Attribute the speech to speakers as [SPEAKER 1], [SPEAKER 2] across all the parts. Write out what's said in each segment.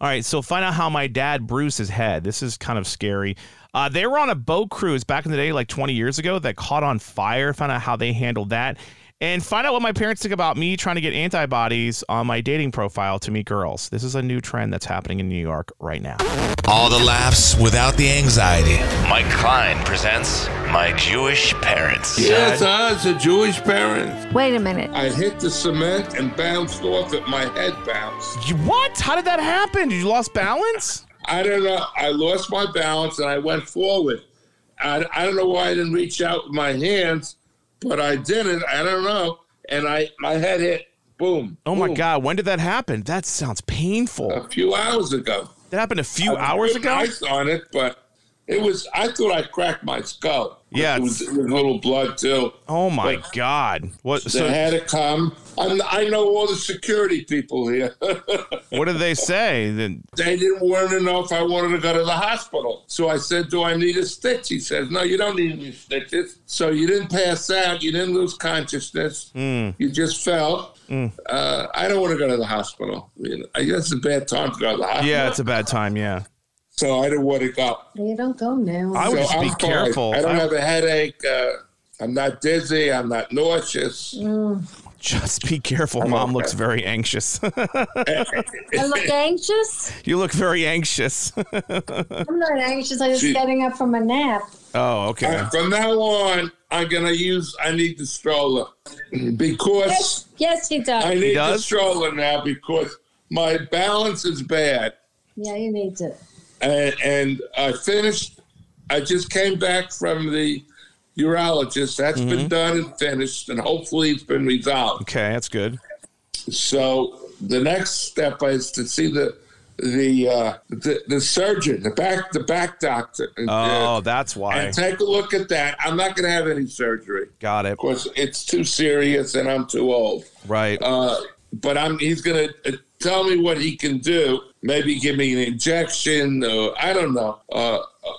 [SPEAKER 1] All right, so find out how my dad bruised his head. This is kind of scary. Uh, they were on a boat cruise back in the day, like 20 years ago, that caught on fire. Find out how they handled that. And find out what my parents think about me trying to get antibodies on my dating profile to meet girls. This is a new trend that's happening in New York right now.
[SPEAKER 2] All the laughs without the anxiety.
[SPEAKER 3] Mike Klein presents My Jewish Parents.
[SPEAKER 4] Yes, I was a Jewish parent.
[SPEAKER 5] Wait a minute.
[SPEAKER 4] I hit the cement and bounced off it. My head bounced.
[SPEAKER 1] You- What? How did that happen? You lost balance?
[SPEAKER 4] I don't know. I lost my balance and I went forward. I, I don't know why I didn't reach out with my hands, but I didn't. I don't know. And I my head hit. Boom.
[SPEAKER 1] Oh my
[SPEAKER 4] boom,
[SPEAKER 1] God, when did that happen? That sounds painful.
[SPEAKER 4] A few hours ago.
[SPEAKER 1] That happened a few
[SPEAKER 4] I was
[SPEAKER 1] hours
[SPEAKER 4] putting
[SPEAKER 1] ago?
[SPEAKER 4] Ice on it, but it was. I thought I cracked my skull.
[SPEAKER 1] Yeah,
[SPEAKER 4] it was, it was a little blood too.
[SPEAKER 1] Oh my
[SPEAKER 4] Like-
[SPEAKER 1] God. What,
[SPEAKER 4] They
[SPEAKER 1] so,
[SPEAKER 4] had to come. I'm, I know all the security people here.
[SPEAKER 1] what did they say? Then
[SPEAKER 4] they didn't want to know if I wanted to go to the hospital. So I said, Do I need a stitch? He says, No, you don't need any stitches. So you didn't pass out. You didn't lose consciousness.
[SPEAKER 1] Hmm.
[SPEAKER 4] You just fell. Uh, I don't want to go to the hospital. I, mean, I guess it's a bad time to go to the hospital.
[SPEAKER 1] Yeah, it's a bad time. Yeah.
[SPEAKER 4] So I didn't want to go.
[SPEAKER 5] You don't go now.
[SPEAKER 1] I would
[SPEAKER 4] So
[SPEAKER 1] just be
[SPEAKER 4] fine.
[SPEAKER 1] careful.
[SPEAKER 4] I don't
[SPEAKER 1] I-
[SPEAKER 4] have a headache. Uh, I'm not dizzy. I'm not nauseous.
[SPEAKER 1] Just be careful. Mom
[SPEAKER 4] okay.
[SPEAKER 1] looks very anxious.
[SPEAKER 5] I look anxious.
[SPEAKER 1] you look very anxious.
[SPEAKER 5] I'm not anxious. I'm just
[SPEAKER 4] She-
[SPEAKER 5] getting up from a nap.
[SPEAKER 1] oh, okay.
[SPEAKER 4] Uh, from now on, I'm gonna use. I need the stroller because
[SPEAKER 5] Yes, yes, he does.
[SPEAKER 4] I need the
[SPEAKER 1] does?
[SPEAKER 4] stroller now because my balance is bad,
[SPEAKER 5] yeah, he needs it.
[SPEAKER 4] and, and I finished. I just came back from the urologist. That's
[SPEAKER 1] Mm-hmm.
[SPEAKER 4] been done and finished, and hopefully it's been resolved.
[SPEAKER 1] Okay, that's good.
[SPEAKER 4] So the next step is to see the the uh, the, the surgeon, the back the back doctor, and, uh,
[SPEAKER 1] Oh, that's why.
[SPEAKER 4] and take a look at that. I'm not going to have any surgery.
[SPEAKER 1] Got it.
[SPEAKER 4] Of course, it's too serious, and I'm too old.
[SPEAKER 1] Right.
[SPEAKER 4] Uh, but I'm he's going to tell me what he can do. Maybe give me an injection, or I don't know. Uh,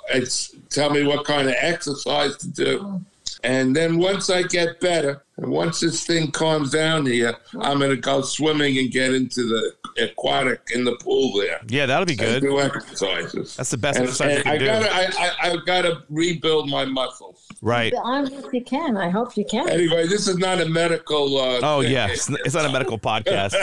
[SPEAKER 4] it's tell me what kind of exercise to do. And then once I get better, and once this thing calms down here, I'm going to go swimming and get into the aquatic in the pool there.
[SPEAKER 1] Yeah, that'll be
[SPEAKER 4] And
[SPEAKER 1] good.
[SPEAKER 4] do exercises.
[SPEAKER 1] That's the best
[SPEAKER 4] And,
[SPEAKER 1] exercise you
[SPEAKER 4] and
[SPEAKER 1] can
[SPEAKER 4] I
[SPEAKER 1] do.
[SPEAKER 4] gotta, I, I, I've got to rebuild my muscles.
[SPEAKER 1] Right.
[SPEAKER 5] I hope you can. I hope you can.
[SPEAKER 4] Anyway, this is not a medical. Uh,
[SPEAKER 1] Oh,
[SPEAKER 4] thing.
[SPEAKER 1] yeah. It's n- it's not a medical podcast.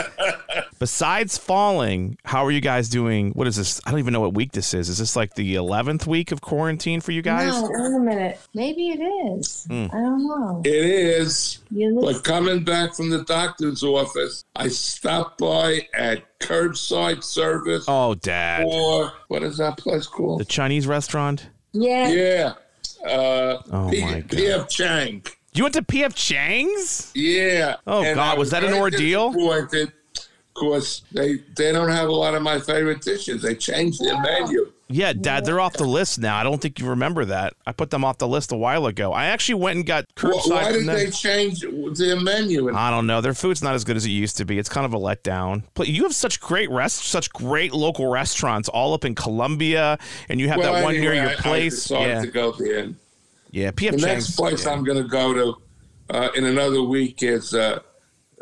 [SPEAKER 1] Besides falling, how are you guys doing? What is this? I don't even know what week this is. Is this like the 11th week of quarantine for you guys? Hmm.
[SPEAKER 5] No, wait a minute. Maybe it is. I don't know.
[SPEAKER 4] It is.
[SPEAKER 5] You look-
[SPEAKER 4] But coming back from the doctor's office, I stopped by at curbside service
[SPEAKER 1] Oh, dad.
[SPEAKER 4] or what is that place
[SPEAKER 1] The
[SPEAKER 4] called?
[SPEAKER 1] Chinese restaurant?
[SPEAKER 5] yeah,
[SPEAKER 4] yeah. Uh,
[SPEAKER 1] Oh,
[SPEAKER 4] P-
[SPEAKER 1] my God.
[SPEAKER 4] PF Chang.
[SPEAKER 1] You went to PF Chang's?
[SPEAKER 4] Yeah.
[SPEAKER 1] Oh, God, was that an ordeal?
[SPEAKER 4] Because they they don't have a lot of my favorite dishes. They changed their menu.
[SPEAKER 1] Yeah, Dad, they're off the list now. I don't think you remember that. I put them off the list a while ago. I actually went and got
[SPEAKER 4] Wh-
[SPEAKER 1] curbside
[SPEAKER 4] Why
[SPEAKER 1] from
[SPEAKER 4] did
[SPEAKER 1] them.
[SPEAKER 4] they change their menu?
[SPEAKER 1] I don't know. Their food's not as good as it used to be. It's kind of a letdown. But you have such great rest, such great local restaurants all up in Columbia, and you have that one
[SPEAKER 4] anyway,
[SPEAKER 1] near
[SPEAKER 4] I-
[SPEAKER 1] your
[SPEAKER 4] I
[SPEAKER 1] place.
[SPEAKER 4] decided
[SPEAKER 1] yeah,
[SPEAKER 4] to go there.
[SPEAKER 1] yeah.
[SPEAKER 4] The
[SPEAKER 1] PF
[SPEAKER 4] next
[SPEAKER 1] Chang's.
[SPEAKER 4] place I'm going to go to uh, in another week is uh,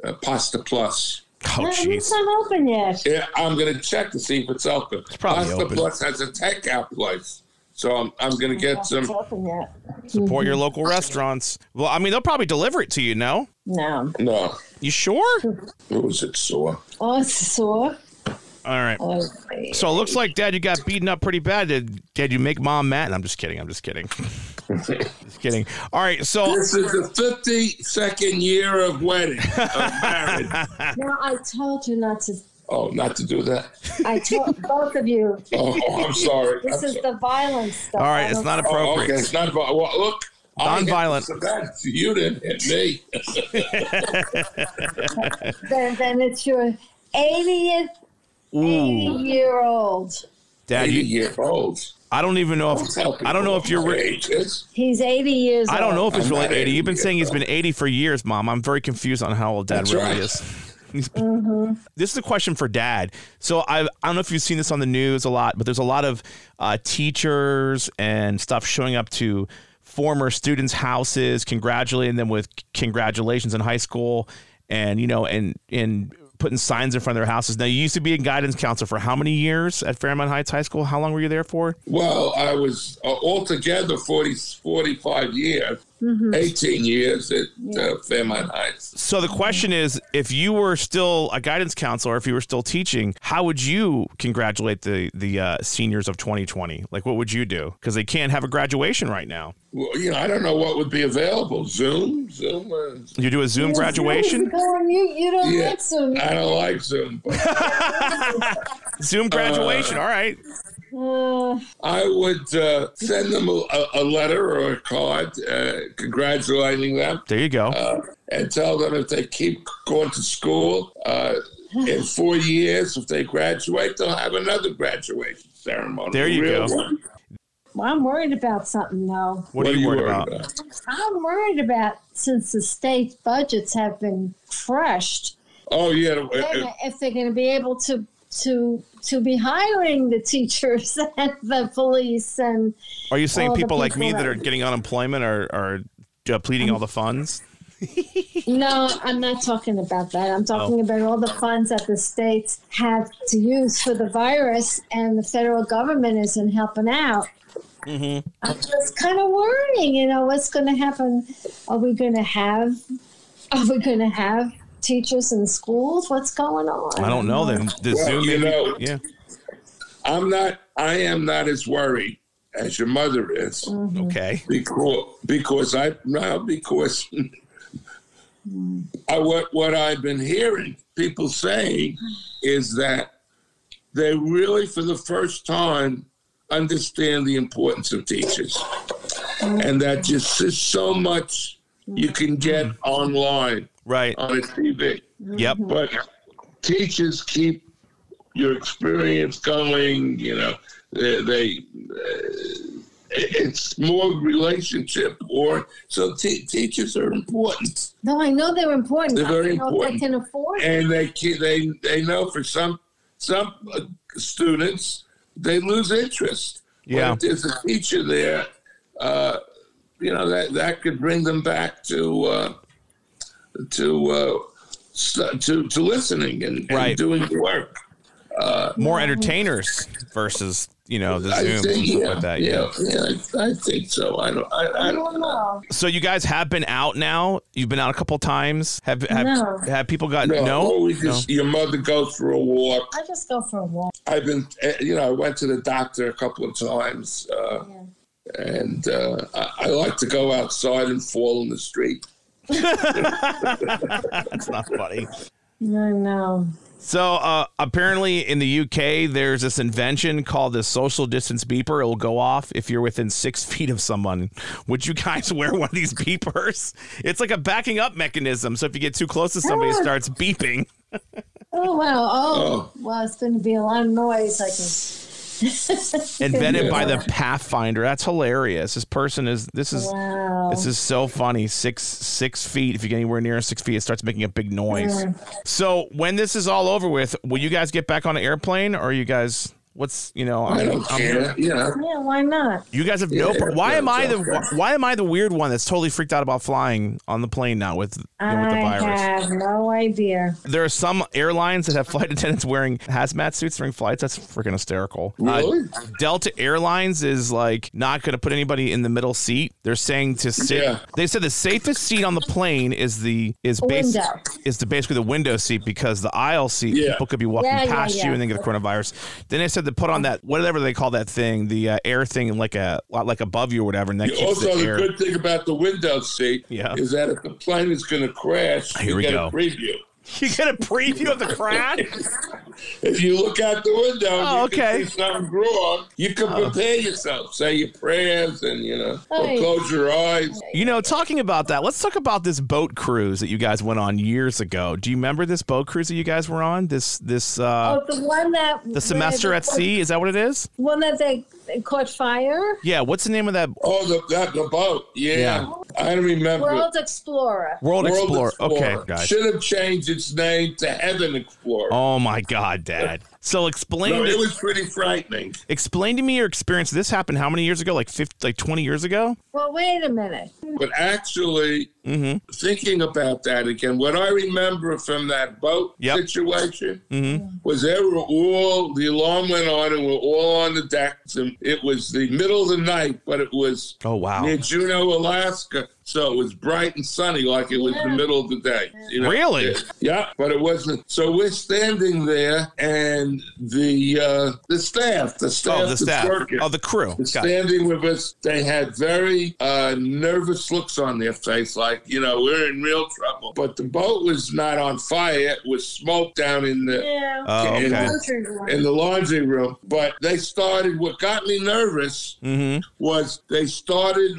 [SPEAKER 4] uh, Pasta Plus.
[SPEAKER 1] Oh,
[SPEAKER 5] No,
[SPEAKER 1] jeez.
[SPEAKER 5] it's not open yet.
[SPEAKER 4] Yeah, I'm going to check to see if it's open.
[SPEAKER 1] probably
[SPEAKER 4] Pasta
[SPEAKER 1] open.
[SPEAKER 4] Plus has a takeout place, so I'm, I'm going to get
[SPEAKER 5] It's
[SPEAKER 4] some.
[SPEAKER 5] open yet.
[SPEAKER 1] Support your local restaurants. Well, I mean, they'll probably deliver it to you. No,
[SPEAKER 5] No.
[SPEAKER 4] No,
[SPEAKER 1] you sure?
[SPEAKER 4] what was it sore?
[SPEAKER 5] Oh, it's sore.
[SPEAKER 1] All right.
[SPEAKER 5] Oh,
[SPEAKER 1] So it looks like Dad, you got beaten up pretty bad. Did Dad, you make Mom mad? I'm just kidding. I'm just kidding. just kidding. All right. So
[SPEAKER 4] This is the 52nd year of wedding of marriage.
[SPEAKER 5] no, I told you not to.
[SPEAKER 4] oh, not to do that.
[SPEAKER 5] I told both of you.
[SPEAKER 4] Oh, I'm sorry.
[SPEAKER 5] This
[SPEAKER 4] I'm
[SPEAKER 5] is
[SPEAKER 4] sorry.
[SPEAKER 5] the violence stuff.
[SPEAKER 1] All right,
[SPEAKER 5] I
[SPEAKER 1] it's
[SPEAKER 5] don't-
[SPEAKER 1] not a-
[SPEAKER 4] Oh,
[SPEAKER 1] appropriate.
[SPEAKER 4] okay, it's not. vi- Well, look. I hit
[SPEAKER 1] Nonviolent.
[SPEAKER 4] the cement. You didn't hit me.
[SPEAKER 5] Then, then it's your 80th, 80 year old.
[SPEAKER 1] Dad,
[SPEAKER 4] 80
[SPEAKER 1] you,
[SPEAKER 4] years old.
[SPEAKER 1] I don't even know
[SPEAKER 4] Don't
[SPEAKER 1] if
[SPEAKER 4] tell
[SPEAKER 1] I don't know
[SPEAKER 4] people
[SPEAKER 1] if you're.
[SPEAKER 4] my
[SPEAKER 1] Re-
[SPEAKER 4] age. It's-
[SPEAKER 5] He's 80 years
[SPEAKER 1] I don't know
[SPEAKER 5] old.
[SPEAKER 1] if it's
[SPEAKER 4] I'm
[SPEAKER 1] really
[SPEAKER 4] not
[SPEAKER 1] 80. You've been
[SPEAKER 4] 80
[SPEAKER 1] saying he's
[SPEAKER 4] yet,
[SPEAKER 1] been 80 for years, Mom. I'm very confused on how old Dad
[SPEAKER 4] That's
[SPEAKER 1] really
[SPEAKER 4] right.
[SPEAKER 1] is. He's- This is a question for Dad. So I, I don't know if you've seen this on the news a lot, but there's a lot of uh, teachers and stuff showing up to former students' houses, congratulating them with congratulations in high school, and you know, and and putting signs in front of their houses. Now, you used to be a guidance counselor for how many years at Fairmont Heights High School? How long were you there for?
[SPEAKER 4] Well, I was uh, altogether 40, 45 years, 18 years at uh, Fairmont Heights.
[SPEAKER 1] So the question is, if you were still a guidance counselor, if you were still teaching, how would you congratulate the the uh, seniors of 2020? Like, what would you do? Because they can't have a graduation right now.
[SPEAKER 4] Well, you know, I don't know what would be available. Zoom, Zoom. Uh,
[SPEAKER 1] You do a Zoom graduation,
[SPEAKER 5] You, you don't Uh,
[SPEAKER 4] Yeah.
[SPEAKER 5] like Zoom.
[SPEAKER 4] I don't like Zoom. But Uh,
[SPEAKER 1] Zoom graduation. All right,
[SPEAKER 5] Uh,
[SPEAKER 4] I would uh, send them a, a letter or a card uh, congratulating them
[SPEAKER 1] there you go.
[SPEAKER 4] uh, and tell them if they keep going to school uh, in four years, if they graduate, they'll have another graduation ceremony.
[SPEAKER 1] There
[SPEAKER 4] a
[SPEAKER 1] you
[SPEAKER 4] real
[SPEAKER 1] go.
[SPEAKER 4] one.
[SPEAKER 5] well, I'm worried about something though.
[SPEAKER 1] What, are you, worried about?
[SPEAKER 5] I'm worried about since the state's budgets have been crushed.
[SPEAKER 4] Oh, yeah. uh,
[SPEAKER 5] then
[SPEAKER 4] uh,
[SPEAKER 5] if they're going to be able to to to be hiring the teachers and the police and
[SPEAKER 1] Are you saying
[SPEAKER 5] All the
[SPEAKER 1] people like
[SPEAKER 5] people
[SPEAKER 1] me that
[SPEAKER 5] that-
[SPEAKER 1] are getting unemployment are are uh, pleading all the funds?
[SPEAKER 5] no i'm not talking about that
[SPEAKER 4] Oh.
[SPEAKER 5] i'm talking about all the funds that the states have to use for the virus and the federal government isn't helping out
[SPEAKER 4] Mm-hmm.
[SPEAKER 5] i'm just kind of worrying you know what's going to happen are we going to have are we going to have teachers in schools what's going on
[SPEAKER 1] I don't know. Then the
[SPEAKER 4] Well,
[SPEAKER 1] Zoom,
[SPEAKER 4] you
[SPEAKER 1] maybe-
[SPEAKER 4] know-
[SPEAKER 1] yeah.
[SPEAKER 4] I'm not. I am not as worried as your mother is
[SPEAKER 1] Mm-hmm.
[SPEAKER 5] Mm-hmm.
[SPEAKER 1] Okay.
[SPEAKER 4] because because I now because I what what I've been hearing people saying is that they really for the first time understand the importance of teachers and that just there's so much you can get online
[SPEAKER 1] Right.
[SPEAKER 4] on a TV
[SPEAKER 1] Yep.
[SPEAKER 5] Mm-hmm.
[SPEAKER 4] but teachers keep your experience going. You know, they, they uh, it's more relationship or so. T- teachers are important,
[SPEAKER 5] no i know they're important
[SPEAKER 4] They're
[SPEAKER 5] I don't
[SPEAKER 4] very
[SPEAKER 5] know
[SPEAKER 4] important.
[SPEAKER 5] if they can afford it.
[SPEAKER 4] and they ke- they they know for some some uh, students they lose interest. But
[SPEAKER 1] Yeah.
[SPEAKER 4] if there's a teacher there. Uh, you know that that could bring them back to uh, to uh, stu- to to listening and, and
[SPEAKER 1] Right.
[SPEAKER 4] doing the work.
[SPEAKER 1] More
[SPEAKER 5] Mm-hmm.
[SPEAKER 1] entertainers versus you know the
[SPEAKER 4] I
[SPEAKER 1] Zoom and
[SPEAKER 4] think,
[SPEAKER 1] stuff
[SPEAKER 4] yeah,
[SPEAKER 1] like that.
[SPEAKER 4] yeah, yeah, I, I think so. I don't, I, I don't know.
[SPEAKER 1] So you guys have been out now. You've been out a couple times. Have have,
[SPEAKER 5] No.
[SPEAKER 1] have people gotten
[SPEAKER 4] No,
[SPEAKER 1] no?
[SPEAKER 4] or we just your mother goes for a walk.
[SPEAKER 5] I just go for a walk.
[SPEAKER 4] I've been, eh, you know, I went to the doctor a couple of times, uh, and uh, I, I like to go outside and fall in the street.
[SPEAKER 1] That's not funny.
[SPEAKER 5] No, no.
[SPEAKER 1] So uh, apparently in the UK, there's this invention called the social distance beeper. It will go off if you're within six feet of someone. Would you guys wear one of these beepers? It's like a backing up mechanism. So if you get too close to somebody, it
[SPEAKER 5] Yeah.
[SPEAKER 1] starts beeping.
[SPEAKER 5] Oh wow! Oh,
[SPEAKER 4] Oh.
[SPEAKER 5] well, it's going to be a lot of noise. I can.
[SPEAKER 1] Invented
[SPEAKER 4] Yeah.
[SPEAKER 1] by the Pathfinder. That's hilarious. This person is. This is.
[SPEAKER 5] Wow.
[SPEAKER 1] This is so funny. Six six feet. If you get anywhere near six feet, it starts making a big noise.
[SPEAKER 5] Yeah.
[SPEAKER 1] So when this is all over with, will you guys get back on an airplane, or you guys? What's you know?
[SPEAKER 4] I
[SPEAKER 1] I'm-
[SPEAKER 4] don't
[SPEAKER 1] I'm
[SPEAKER 4] care. You know,
[SPEAKER 5] yeah, why not?
[SPEAKER 1] You guys have no.
[SPEAKER 4] Yeah,
[SPEAKER 1] pro- why am
[SPEAKER 4] that's
[SPEAKER 1] I the
[SPEAKER 4] okay.
[SPEAKER 1] Why am I the weird one that's totally freaked out about flying on the plane now with you know, with the
[SPEAKER 5] I
[SPEAKER 1] virus?
[SPEAKER 5] have no idea.
[SPEAKER 1] There are some airlines that have flight attendants wearing hazmat suits during flights. That's freaking hysterical. Uh,
[SPEAKER 4] Really?
[SPEAKER 1] Delta Airlines is like not going to put anybody in the middle seat. They're saying to sit.
[SPEAKER 4] Yeah.
[SPEAKER 1] They said the safest seat on the plane is the is basic
[SPEAKER 5] Window.
[SPEAKER 1] is the basically the window seat because the aisle seat
[SPEAKER 4] Yeah.
[SPEAKER 1] people could be walking
[SPEAKER 5] Yeah, yeah,
[SPEAKER 1] past
[SPEAKER 5] yeah.
[SPEAKER 1] you and then get the coronavirus. Then they said to put on that whatever they call that thing, the uh, air thing, like a like above you or whatever, and that keeps
[SPEAKER 4] also
[SPEAKER 1] the
[SPEAKER 4] the
[SPEAKER 1] air.
[SPEAKER 4] good thing about the window seat
[SPEAKER 1] Yeah.
[SPEAKER 4] is that if the plane is going to crash,
[SPEAKER 1] Here
[SPEAKER 4] you
[SPEAKER 1] we
[SPEAKER 4] get
[SPEAKER 1] go.
[SPEAKER 4] a preview.
[SPEAKER 1] You get a preview of the crash.
[SPEAKER 4] If you look out the window,
[SPEAKER 1] Oh,
[SPEAKER 4] and you
[SPEAKER 1] okay. Oh.
[SPEAKER 4] can see something wrong. You can prepare yourself, say your prayers, and you know, or
[SPEAKER 5] Right.
[SPEAKER 4] close your eyes.
[SPEAKER 1] You know, talking about that, let's talk about this boat cruise that you guys went on years ago. Do you remember this boat cruise that you guys were on? This this uh
[SPEAKER 5] oh, the one that
[SPEAKER 1] the semester at sea, is that what it is?
[SPEAKER 5] One that they they caught fire.
[SPEAKER 1] Yeah, what's the name of that
[SPEAKER 4] Oh, the that, the boat, yeah.
[SPEAKER 1] Yeah.
[SPEAKER 4] I don't remember.
[SPEAKER 5] World Explorer.
[SPEAKER 1] World,
[SPEAKER 4] World
[SPEAKER 1] Explorer?
[SPEAKER 4] Explorer.
[SPEAKER 1] Okay, guys.
[SPEAKER 4] Should have changed its name to Heaven Explorer.
[SPEAKER 1] Oh my god, dad. So explain
[SPEAKER 4] No,
[SPEAKER 1] to-
[SPEAKER 4] it was pretty frightening.
[SPEAKER 1] explain to me your experience. This happened how many years ago? Like 50, like 20 years ago?
[SPEAKER 5] Well, wait a minute.
[SPEAKER 4] But actually,
[SPEAKER 1] Mm-hmm,
[SPEAKER 4] thinking about that again, what I remember from that boat
[SPEAKER 1] Yep.
[SPEAKER 4] situation
[SPEAKER 1] mm-hmm.
[SPEAKER 4] was they were all, the alarm went on and we're all on the decks. And it was the middle of the night, but it was
[SPEAKER 1] Oh, wow.
[SPEAKER 4] near Juneau, Alaska. So it was bright and sunny like it was the middle of the day. you know?
[SPEAKER 1] Really?
[SPEAKER 4] Yeah, yeah, but it wasn't. So we're standing there and the uh, the staff, the staff,
[SPEAKER 1] Oh, the staff.
[SPEAKER 4] circus,
[SPEAKER 1] Oh, the crew.
[SPEAKER 4] was
[SPEAKER 1] Got it.
[SPEAKER 4] standing with us. They had very uh, nervous looks on their face, like you know we're in real trouble. But the boat was not on fire; it was smoke down in the
[SPEAKER 5] Yeah.
[SPEAKER 1] Oh,
[SPEAKER 4] in,
[SPEAKER 1] okay.
[SPEAKER 5] Country road.
[SPEAKER 4] in the laundry room. But they started. What got me nervous
[SPEAKER 1] Mhm.
[SPEAKER 4] was they started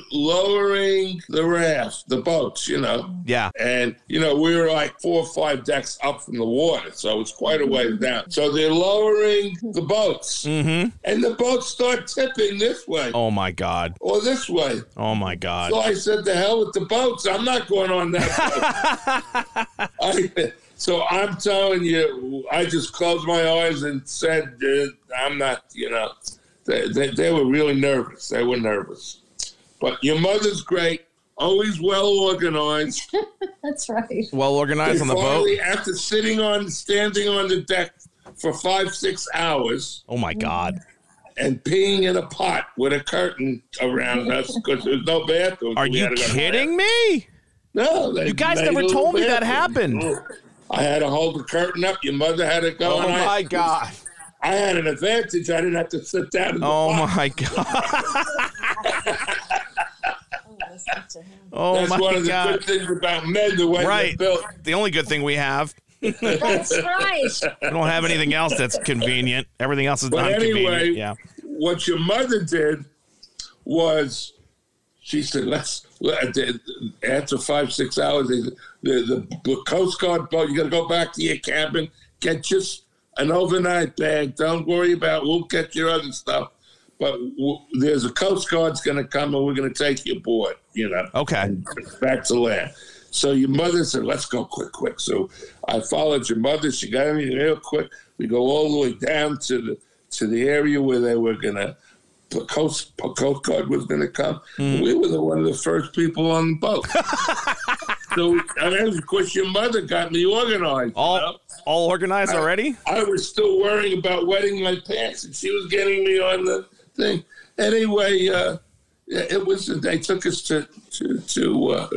[SPEAKER 4] lowering the raft, the boats, you know.
[SPEAKER 1] Yeah.
[SPEAKER 4] And, you know, we were like four or five decks up from the water. So it was quite a ways down. So they're lowering the boats.
[SPEAKER 1] Mm-hmm.
[SPEAKER 4] And the boats start tipping this way
[SPEAKER 1] Oh my God.
[SPEAKER 4] or this way.
[SPEAKER 1] Oh my God.
[SPEAKER 4] So I said, "The hell with the boats! I'm not going on that." boat." I, so I'm telling you, I just closed my eyes and said, "Uh, "I'm not." You know, they, they, they were really nervous. They were nervous. But your mother's great. Always well organized.
[SPEAKER 5] That's right.
[SPEAKER 1] Well organized on the boat.
[SPEAKER 4] Finally, after sitting on, standing on the deck for five, six hours,
[SPEAKER 1] Oh my God.
[SPEAKER 4] and peeing in a pot with a curtain around us because there's no bathroom.
[SPEAKER 1] Are you kidding me?
[SPEAKER 4] No, they,
[SPEAKER 1] You guys
[SPEAKER 4] they
[SPEAKER 1] never
[SPEAKER 4] knew
[SPEAKER 1] told me
[SPEAKER 4] the
[SPEAKER 1] that
[SPEAKER 4] bathroom.
[SPEAKER 1] happened.
[SPEAKER 4] I had to hold the curtain up. Your mother had to go.
[SPEAKER 1] Oh
[SPEAKER 4] and I-
[SPEAKER 1] my God.
[SPEAKER 4] I had an advantage. I didn't have to sit down. In the
[SPEAKER 1] Oh
[SPEAKER 4] box.
[SPEAKER 1] my God. Oh
[SPEAKER 4] That's one
[SPEAKER 1] my
[SPEAKER 4] of the
[SPEAKER 1] God.
[SPEAKER 4] good things about men. The way
[SPEAKER 1] Right.
[SPEAKER 4] they're built.
[SPEAKER 1] The only good thing we have.
[SPEAKER 5] That's right.
[SPEAKER 1] We don't have anything else that's convenient. Everything else is not
[SPEAKER 4] But anyway,
[SPEAKER 1] convenient. Yeah.
[SPEAKER 4] what your mother did was she said, "Let's let, after five six hours, the, the the Coast Guard boat. You got to go back to your cabin, get just an overnight bag. Don't worry about. We'll get your other stuff." But w- there's a Coast Guard's going to come and we're going to take you aboard, you know
[SPEAKER 1] Okay.
[SPEAKER 4] back to land. So your mother said, "Let's go quick, quick." So I followed your mother. She got me real quick. We go all the way down to the to the area where they were gonna the coast the coast guard was gonna come. We were the, one of the first people on the boat. so and then, of course, your mother got me organized. you know?
[SPEAKER 1] All all organized already?
[SPEAKER 4] I was still worrying about wetting my pants, and she was getting me on the thing. Anyway, uh, yeah, it was. They took us to to, to uh,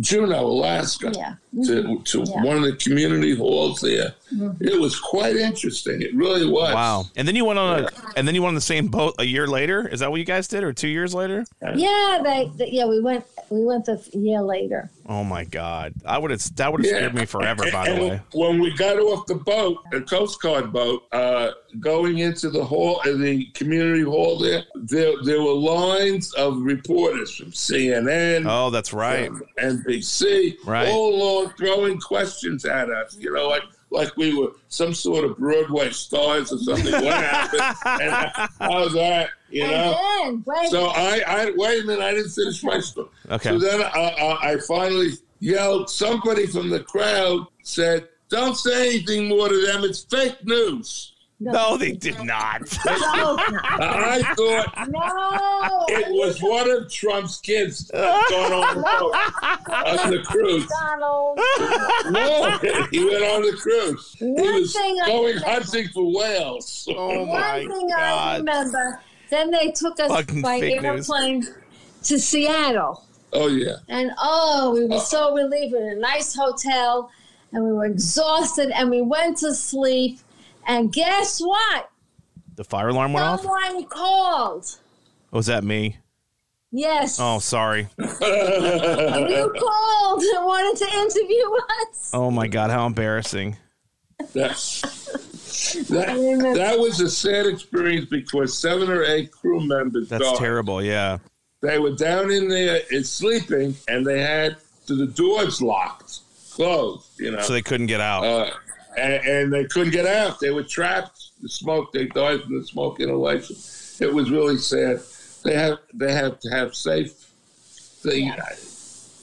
[SPEAKER 4] Juneau, Alaska,
[SPEAKER 5] Yeah. Mm-hmm.
[SPEAKER 4] to to
[SPEAKER 5] Yeah. Mm-hmm.
[SPEAKER 4] one of the community halls there. It was quite interesting. It really was.
[SPEAKER 1] Wow. And then you went on a and then you went on the same boat a year later? Is that what you guys did? Or two years later?
[SPEAKER 5] Yeah, they, they- yeah, we went we went the year later.
[SPEAKER 1] Oh my God. I would have that would have
[SPEAKER 4] Yeah.
[SPEAKER 1] scared me forever, by
[SPEAKER 4] And
[SPEAKER 1] the way.
[SPEAKER 4] when we got off the boat, the Coast Guard boat, uh, going into the hall, uh, the community hall there, there, there were lines of reporters from CNN,
[SPEAKER 1] Oh, that's right.
[SPEAKER 4] from NBC,
[SPEAKER 1] Right.
[SPEAKER 4] all along throwing questions at us, you know, like like we were some sort of Broadway stars or something. What happened? And how's that? You know.
[SPEAKER 5] And then wait,
[SPEAKER 4] So I, I wait a minute, I didn't finish my story.
[SPEAKER 1] Okay.
[SPEAKER 4] So then I, I, I finally yelled. Somebody from the crowd said, "Don't say anything more to them. It's fake news."
[SPEAKER 1] No, they did not.
[SPEAKER 5] no,
[SPEAKER 4] I thought
[SPEAKER 5] no,
[SPEAKER 4] it was one of Trump's kids going on the, boat, on the cruise.
[SPEAKER 5] Donald.
[SPEAKER 4] No, he went on the cruise. He was
[SPEAKER 5] Nothing like
[SPEAKER 4] going
[SPEAKER 5] that.
[SPEAKER 4] hunting for whales.
[SPEAKER 1] Oh my
[SPEAKER 5] One thing I
[SPEAKER 1] God.
[SPEAKER 5] remember. Then they took us
[SPEAKER 1] Fucking
[SPEAKER 5] by
[SPEAKER 1] fake news.
[SPEAKER 5] airplane to Seattle.
[SPEAKER 4] Oh yeah,
[SPEAKER 5] And oh, we were so relieved. We were in a nice hotel and we were exhausted and we went to sleep. And guess what?
[SPEAKER 1] The fire alarm went off?
[SPEAKER 5] Someone called.
[SPEAKER 1] Oh, was that me?
[SPEAKER 5] Yes.
[SPEAKER 1] Oh, sorry.
[SPEAKER 5] You called and wanted to interview us.
[SPEAKER 1] Oh my God, how embarrassing.
[SPEAKER 4] that's. That, that was a sad experience because seven or eight crew members
[SPEAKER 1] That's
[SPEAKER 4] died.
[SPEAKER 1] terrible. Yeah.
[SPEAKER 4] They were down in there and sleeping, and they had the doors locked, closed. You know,
[SPEAKER 1] So they couldn't get out.
[SPEAKER 4] uh, and, and they couldn't get out. They were trapped. The smoke. They died from the smoke inhalation. It was really sad. They have they have to have safe thing.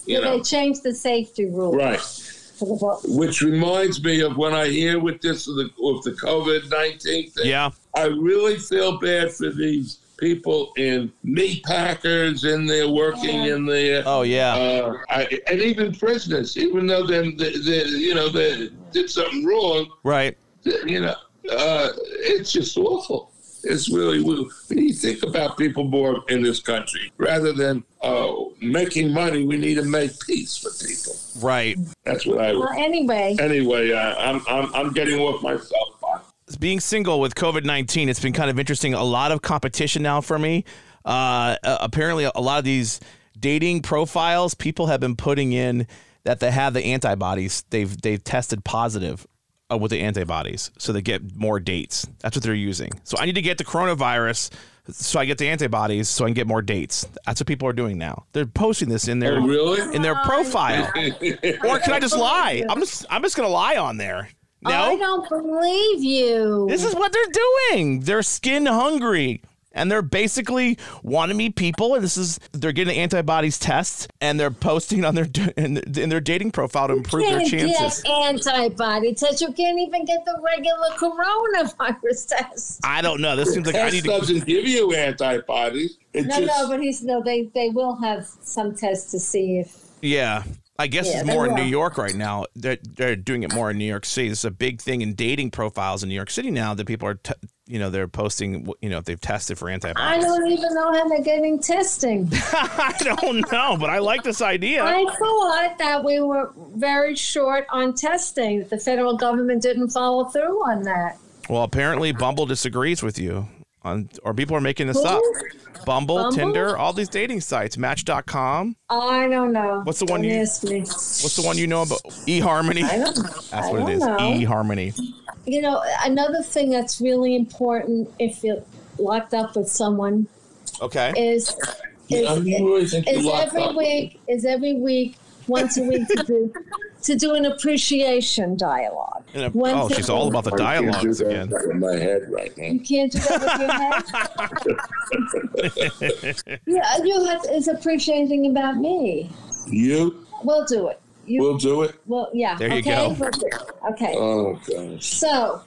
[SPEAKER 4] You know,
[SPEAKER 1] Oh,
[SPEAKER 5] They changed the safety rule.
[SPEAKER 4] right.
[SPEAKER 5] for the book.
[SPEAKER 4] which reminds me of when I hear with this of the, of the COVID nineteen thing.
[SPEAKER 1] Yeah.
[SPEAKER 4] I really feel bad for these people in meat packers and they're working in there.
[SPEAKER 6] Oh yeah.
[SPEAKER 4] Uh, I, and even prisoners, even though they, they, they you know, they did something wrong,
[SPEAKER 6] right.
[SPEAKER 4] you know, uh, it's just awful. It's really when you think about people more in this country, rather than uh, making money, we need to make peace for people.
[SPEAKER 6] Right.
[SPEAKER 4] That's what I.
[SPEAKER 5] Well, anyway,
[SPEAKER 4] Anyway, I, I'm, I'm I'm getting off myself.
[SPEAKER 1] being single with COVID 19, it's been kind of interesting. A lot of competition now for me. Uh, uh, apparently, a lot of these dating profiles, people have been putting in that they have the antibodies. They've they've tested positive uh, with the antibodies, so they get more dates. That's what they're using. So I need to get the coronavirus, so I get the antibodies, so I can get more dates. That's what people are doing now. They're posting this in their
[SPEAKER 4] Oh, really?
[SPEAKER 1] in their profile. or can I just lie? I'm just I'm just gonna lie on there. No,
[SPEAKER 5] Oh, I don't believe you.
[SPEAKER 1] this is what they're doing. They're skin hungry. And they're basically wanting to meet people, and this is they're getting antibodies tests, and they're posting on their in, in their dating profile to improve their
[SPEAKER 5] can't
[SPEAKER 1] chances.
[SPEAKER 5] get antibody tests. You can't even get the regular coronavirus test.
[SPEAKER 1] I don't know. This seems like I
[SPEAKER 4] Test
[SPEAKER 1] need to.
[SPEAKER 4] doesn't give you antibodies. It
[SPEAKER 5] No,
[SPEAKER 4] just
[SPEAKER 5] no, but he's no. They they will have some tests to see if
[SPEAKER 1] Yeah, I guess
[SPEAKER 5] Yeah,
[SPEAKER 1] it's
[SPEAKER 5] they
[SPEAKER 1] more in
[SPEAKER 5] will.
[SPEAKER 1] New York right now. They're, they're doing it more in New York City. This is a big thing in dating profiles in New York City now that people are, t- you know, they're posting, you know, if they've tested for
[SPEAKER 5] I
[SPEAKER 1] antibodies.
[SPEAKER 5] don't even know how they're getting testing.
[SPEAKER 1] I don't know, but I like this idea.
[SPEAKER 5] I thought that we were very short on testing. that The federal government didn't follow through on that.
[SPEAKER 1] Well, apparently Bumble disagrees with you on or people are making this up. Bumble,
[SPEAKER 5] Bumble?
[SPEAKER 1] Tinder, all these dating sites, match.com.
[SPEAKER 5] I don't know.
[SPEAKER 1] What's the one
[SPEAKER 5] Don't
[SPEAKER 1] you-
[SPEAKER 5] ask me?
[SPEAKER 1] What's the one you know about? eHarmony.
[SPEAKER 5] I don't know.
[SPEAKER 1] That's
[SPEAKER 5] I
[SPEAKER 1] what
[SPEAKER 5] don't
[SPEAKER 1] it is. E.
[SPEAKER 5] know.
[SPEAKER 1] eHarmony.
[SPEAKER 5] You know, another thing that's really important if you're locked up with someone
[SPEAKER 1] Okay.
[SPEAKER 5] is is,
[SPEAKER 4] I really think you
[SPEAKER 5] is
[SPEAKER 4] locked
[SPEAKER 5] every
[SPEAKER 4] up.
[SPEAKER 5] week is every week once a week to do to do an appreciation dialogue.
[SPEAKER 1] And, uh,
[SPEAKER 5] Once
[SPEAKER 1] oh,
[SPEAKER 5] a
[SPEAKER 1] she's all
[SPEAKER 5] week.
[SPEAKER 1] about the
[SPEAKER 4] I can't do
[SPEAKER 1] dialogues
[SPEAKER 4] that
[SPEAKER 1] again.
[SPEAKER 4] In my head right now.
[SPEAKER 5] You can't do that with your head. yeah, you have to, it's appreciating about me.
[SPEAKER 4] You
[SPEAKER 5] We'll do it. You
[SPEAKER 4] will do it.
[SPEAKER 5] well, yeah.
[SPEAKER 1] There you
[SPEAKER 5] okay?
[SPEAKER 1] go.
[SPEAKER 5] We'll do it. Okay.
[SPEAKER 4] Oh gosh.
[SPEAKER 5] So,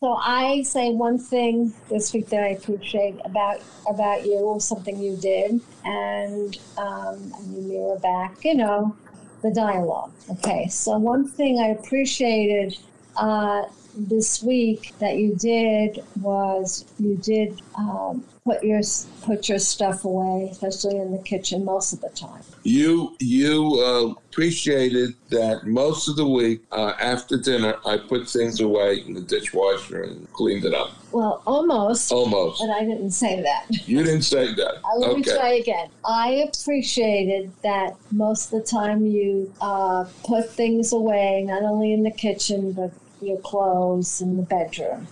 [SPEAKER 5] so I say one thing this week that I appreciate about about you, or something you did, and um, and you mirror back, you know, the dialogue. Okay. So one thing I appreciated uh, this week that you did was you did um, put your put your stuff away, especially in the kitchen, most of the time.
[SPEAKER 4] You you uh, appreciated that most of the week uh, after dinner, I put things away in the dishwasher and cleaned it up.
[SPEAKER 5] Well, almost.
[SPEAKER 4] Almost.
[SPEAKER 5] But I didn't say that.
[SPEAKER 4] You didn't say that.
[SPEAKER 5] Uh, let me try
[SPEAKER 4] Okay.
[SPEAKER 5] again. I appreciated that most of the time you uh, put things away, not only in the kitchen, but your clothes in the bedroom.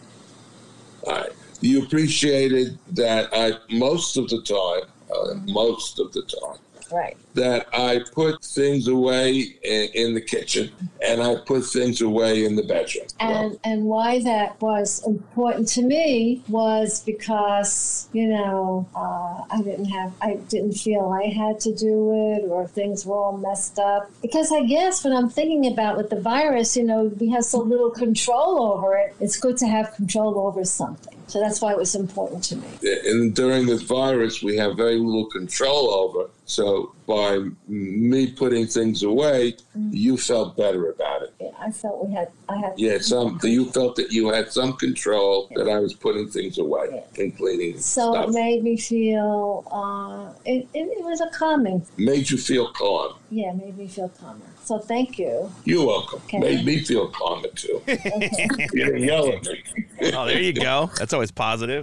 [SPEAKER 4] All right. You appreciated that I most of the time, uh, most of the time,
[SPEAKER 5] Right.
[SPEAKER 4] that I put things away in, in the kitchen and I put things away in the bedroom.
[SPEAKER 5] And, and why that was important to me was because you know uh, I didn't have I didn't feel I had to do it or things were all messed up because I guess what I'm thinking about with the virus you know we have so little control over it it's good to have control over something so that's why it was important to me
[SPEAKER 4] and during this virus, we have very little control over. So by m- me putting things away,
[SPEAKER 5] Mm.
[SPEAKER 4] you felt better about it.
[SPEAKER 5] Yeah, I felt we had I had
[SPEAKER 4] Yeah, some you felt that you had some control that I was putting things away and cleaning
[SPEAKER 5] so
[SPEAKER 4] stuff.
[SPEAKER 5] it made me feel uh, it, it, it was a calming
[SPEAKER 4] made you feel calm.
[SPEAKER 5] yeah it made me feel calmer so thank you
[SPEAKER 4] You're welcome.
[SPEAKER 5] Okay.
[SPEAKER 4] Made me feel calmer too.
[SPEAKER 5] okay.
[SPEAKER 4] you didn't yell at me. Uh,
[SPEAKER 1] Oh, there you go. That's always positive.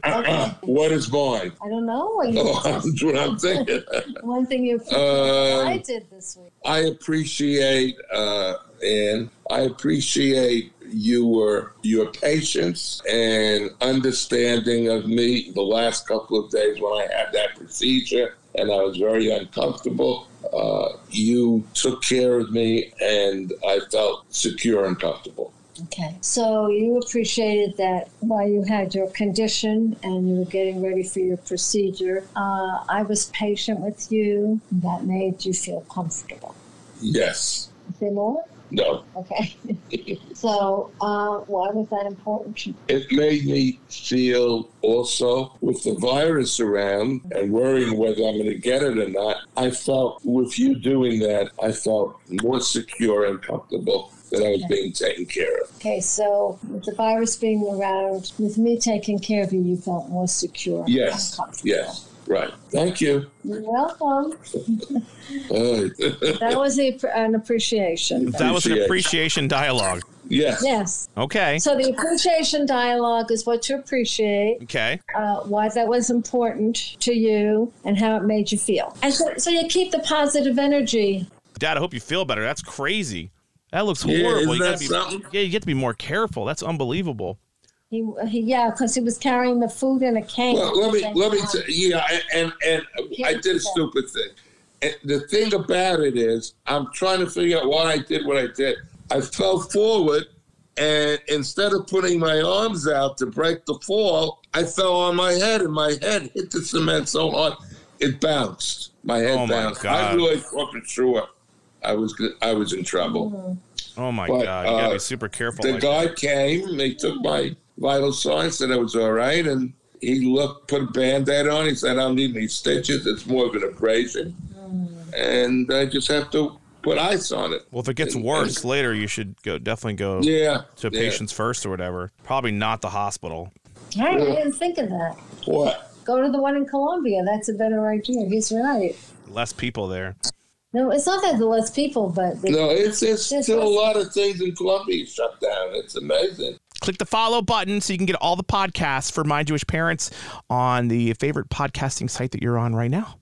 [SPEAKER 4] What is mine?
[SPEAKER 5] I don't know what you
[SPEAKER 4] Oh, that's what I'm thinking.
[SPEAKER 5] One thing you
[SPEAKER 4] Uh,
[SPEAKER 5] I did this week.
[SPEAKER 4] I appreciate uh and I appreciate you were your patience and understanding of me the last couple of days when I had that procedure and I was very uncomfortable. Uh, you took care of me and I felt secure and comfortable.
[SPEAKER 5] Okay. So you appreciated that while you had your condition and you were getting ready for your procedure, uh, I was patient with you. That made you feel comfortable.
[SPEAKER 4] Yes.
[SPEAKER 5] Is there more?
[SPEAKER 4] No.
[SPEAKER 7] Okay. so, uh, why was that important?
[SPEAKER 4] It made me feel also with the virus around and worrying whether I'm going to get it or not. I felt with you doing that, I felt more secure and comfortable that I was being taken care of.
[SPEAKER 7] Okay, so with the virus being around, with me taking care of you, you felt more secure. and
[SPEAKER 4] Yes.
[SPEAKER 7] comfortable.
[SPEAKER 4] Yes. Right. Thank you.
[SPEAKER 7] You're welcome.
[SPEAKER 4] Uh,
[SPEAKER 7] That was a, an appreciation.
[SPEAKER 1] That was an
[SPEAKER 4] Appreciate.
[SPEAKER 1] appreciation dialogue.
[SPEAKER 4] yes.
[SPEAKER 7] Yes.
[SPEAKER 1] Okay.
[SPEAKER 7] So the appreciation dialogue is what you appreciate,
[SPEAKER 1] Okay.
[SPEAKER 7] uh, why that was important to you, and how it made you feel. And so, so you keep the positive energy.
[SPEAKER 1] Dad, I hope you feel better. That's crazy. That looks
[SPEAKER 4] Yeah,
[SPEAKER 1] horrible.
[SPEAKER 4] isn't
[SPEAKER 1] you gotta
[SPEAKER 4] that
[SPEAKER 1] be,
[SPEAKER 4] something?
[SPEAKER 1] yeah, you get to be more careful. That's unbelievable.
[SPEAKER 7] He, he yeah, because he was carrying the food in a can.
[SPEAKER 4] Well, let me let me tell yeah, and and I did a stupid thing. And the thing about it is, I'm trying to figure out why I did what I did. I fell forward, and instead of putting my arms out to break the fall, I fell on my head, and my head hit the cement so hard it bounced. My head
[SPEAKER 1] Oh, my
[SPEAKER 4] bounced. I
[SPEAKER 1] God.
[SPEAKER 4] really fucking sure I was go- I was in trouble.
[SPEAKER 1] Oh my
[SPEAKER 4] But,
[SPEAKER 1] god, you gotta
[SPEAKER 4] uh,
[SPEAKER 1] be super careful.
[SPEAKER 4] The
[SPEAKER 1] like
[SPEAKER 4] guy came, they took my vital signs, said I was all right, and he looked, put a band aid on. He said, I don't need any stitches. It's more of an abrasion. And I just have to put ice on it.
[SPEAKER 1] Well, if it gets
[SPEAKER 4] And-
[SPEAKER 1] worse
[SPEAKER 4] and-
[SPEAKER 1] later, you should go definitely go
[SPEAKER 4] yeah.
[SPEAKER 1] to
[SPEAKER 4] yeah.
[SPEAKER 1] patients first or whatever. Probably not the hospital.
[SPEAKER 7] Hey, I didn't think of that.
[SPEAKER 4] What?
[SPEAKER 7] Go to the one in Colombia. That's a better idea. He's right.
[SPEAKER 1] Less people there.
[SPEAKER 7] No, it's not that there's less people, but the,
[SPEAKER 4] No, it's, it's
[SPEAKER 7] This
[SPEAKER 4] still a
[SPEAKER 7] was-
[SPEAKER 4] lot of things in Columbia shut down. It's amazing.
[SPEAKER 1] Click the follow button so you can get all the podcasts for My Jewish Parents on the favorite podcasting site that you're on right now.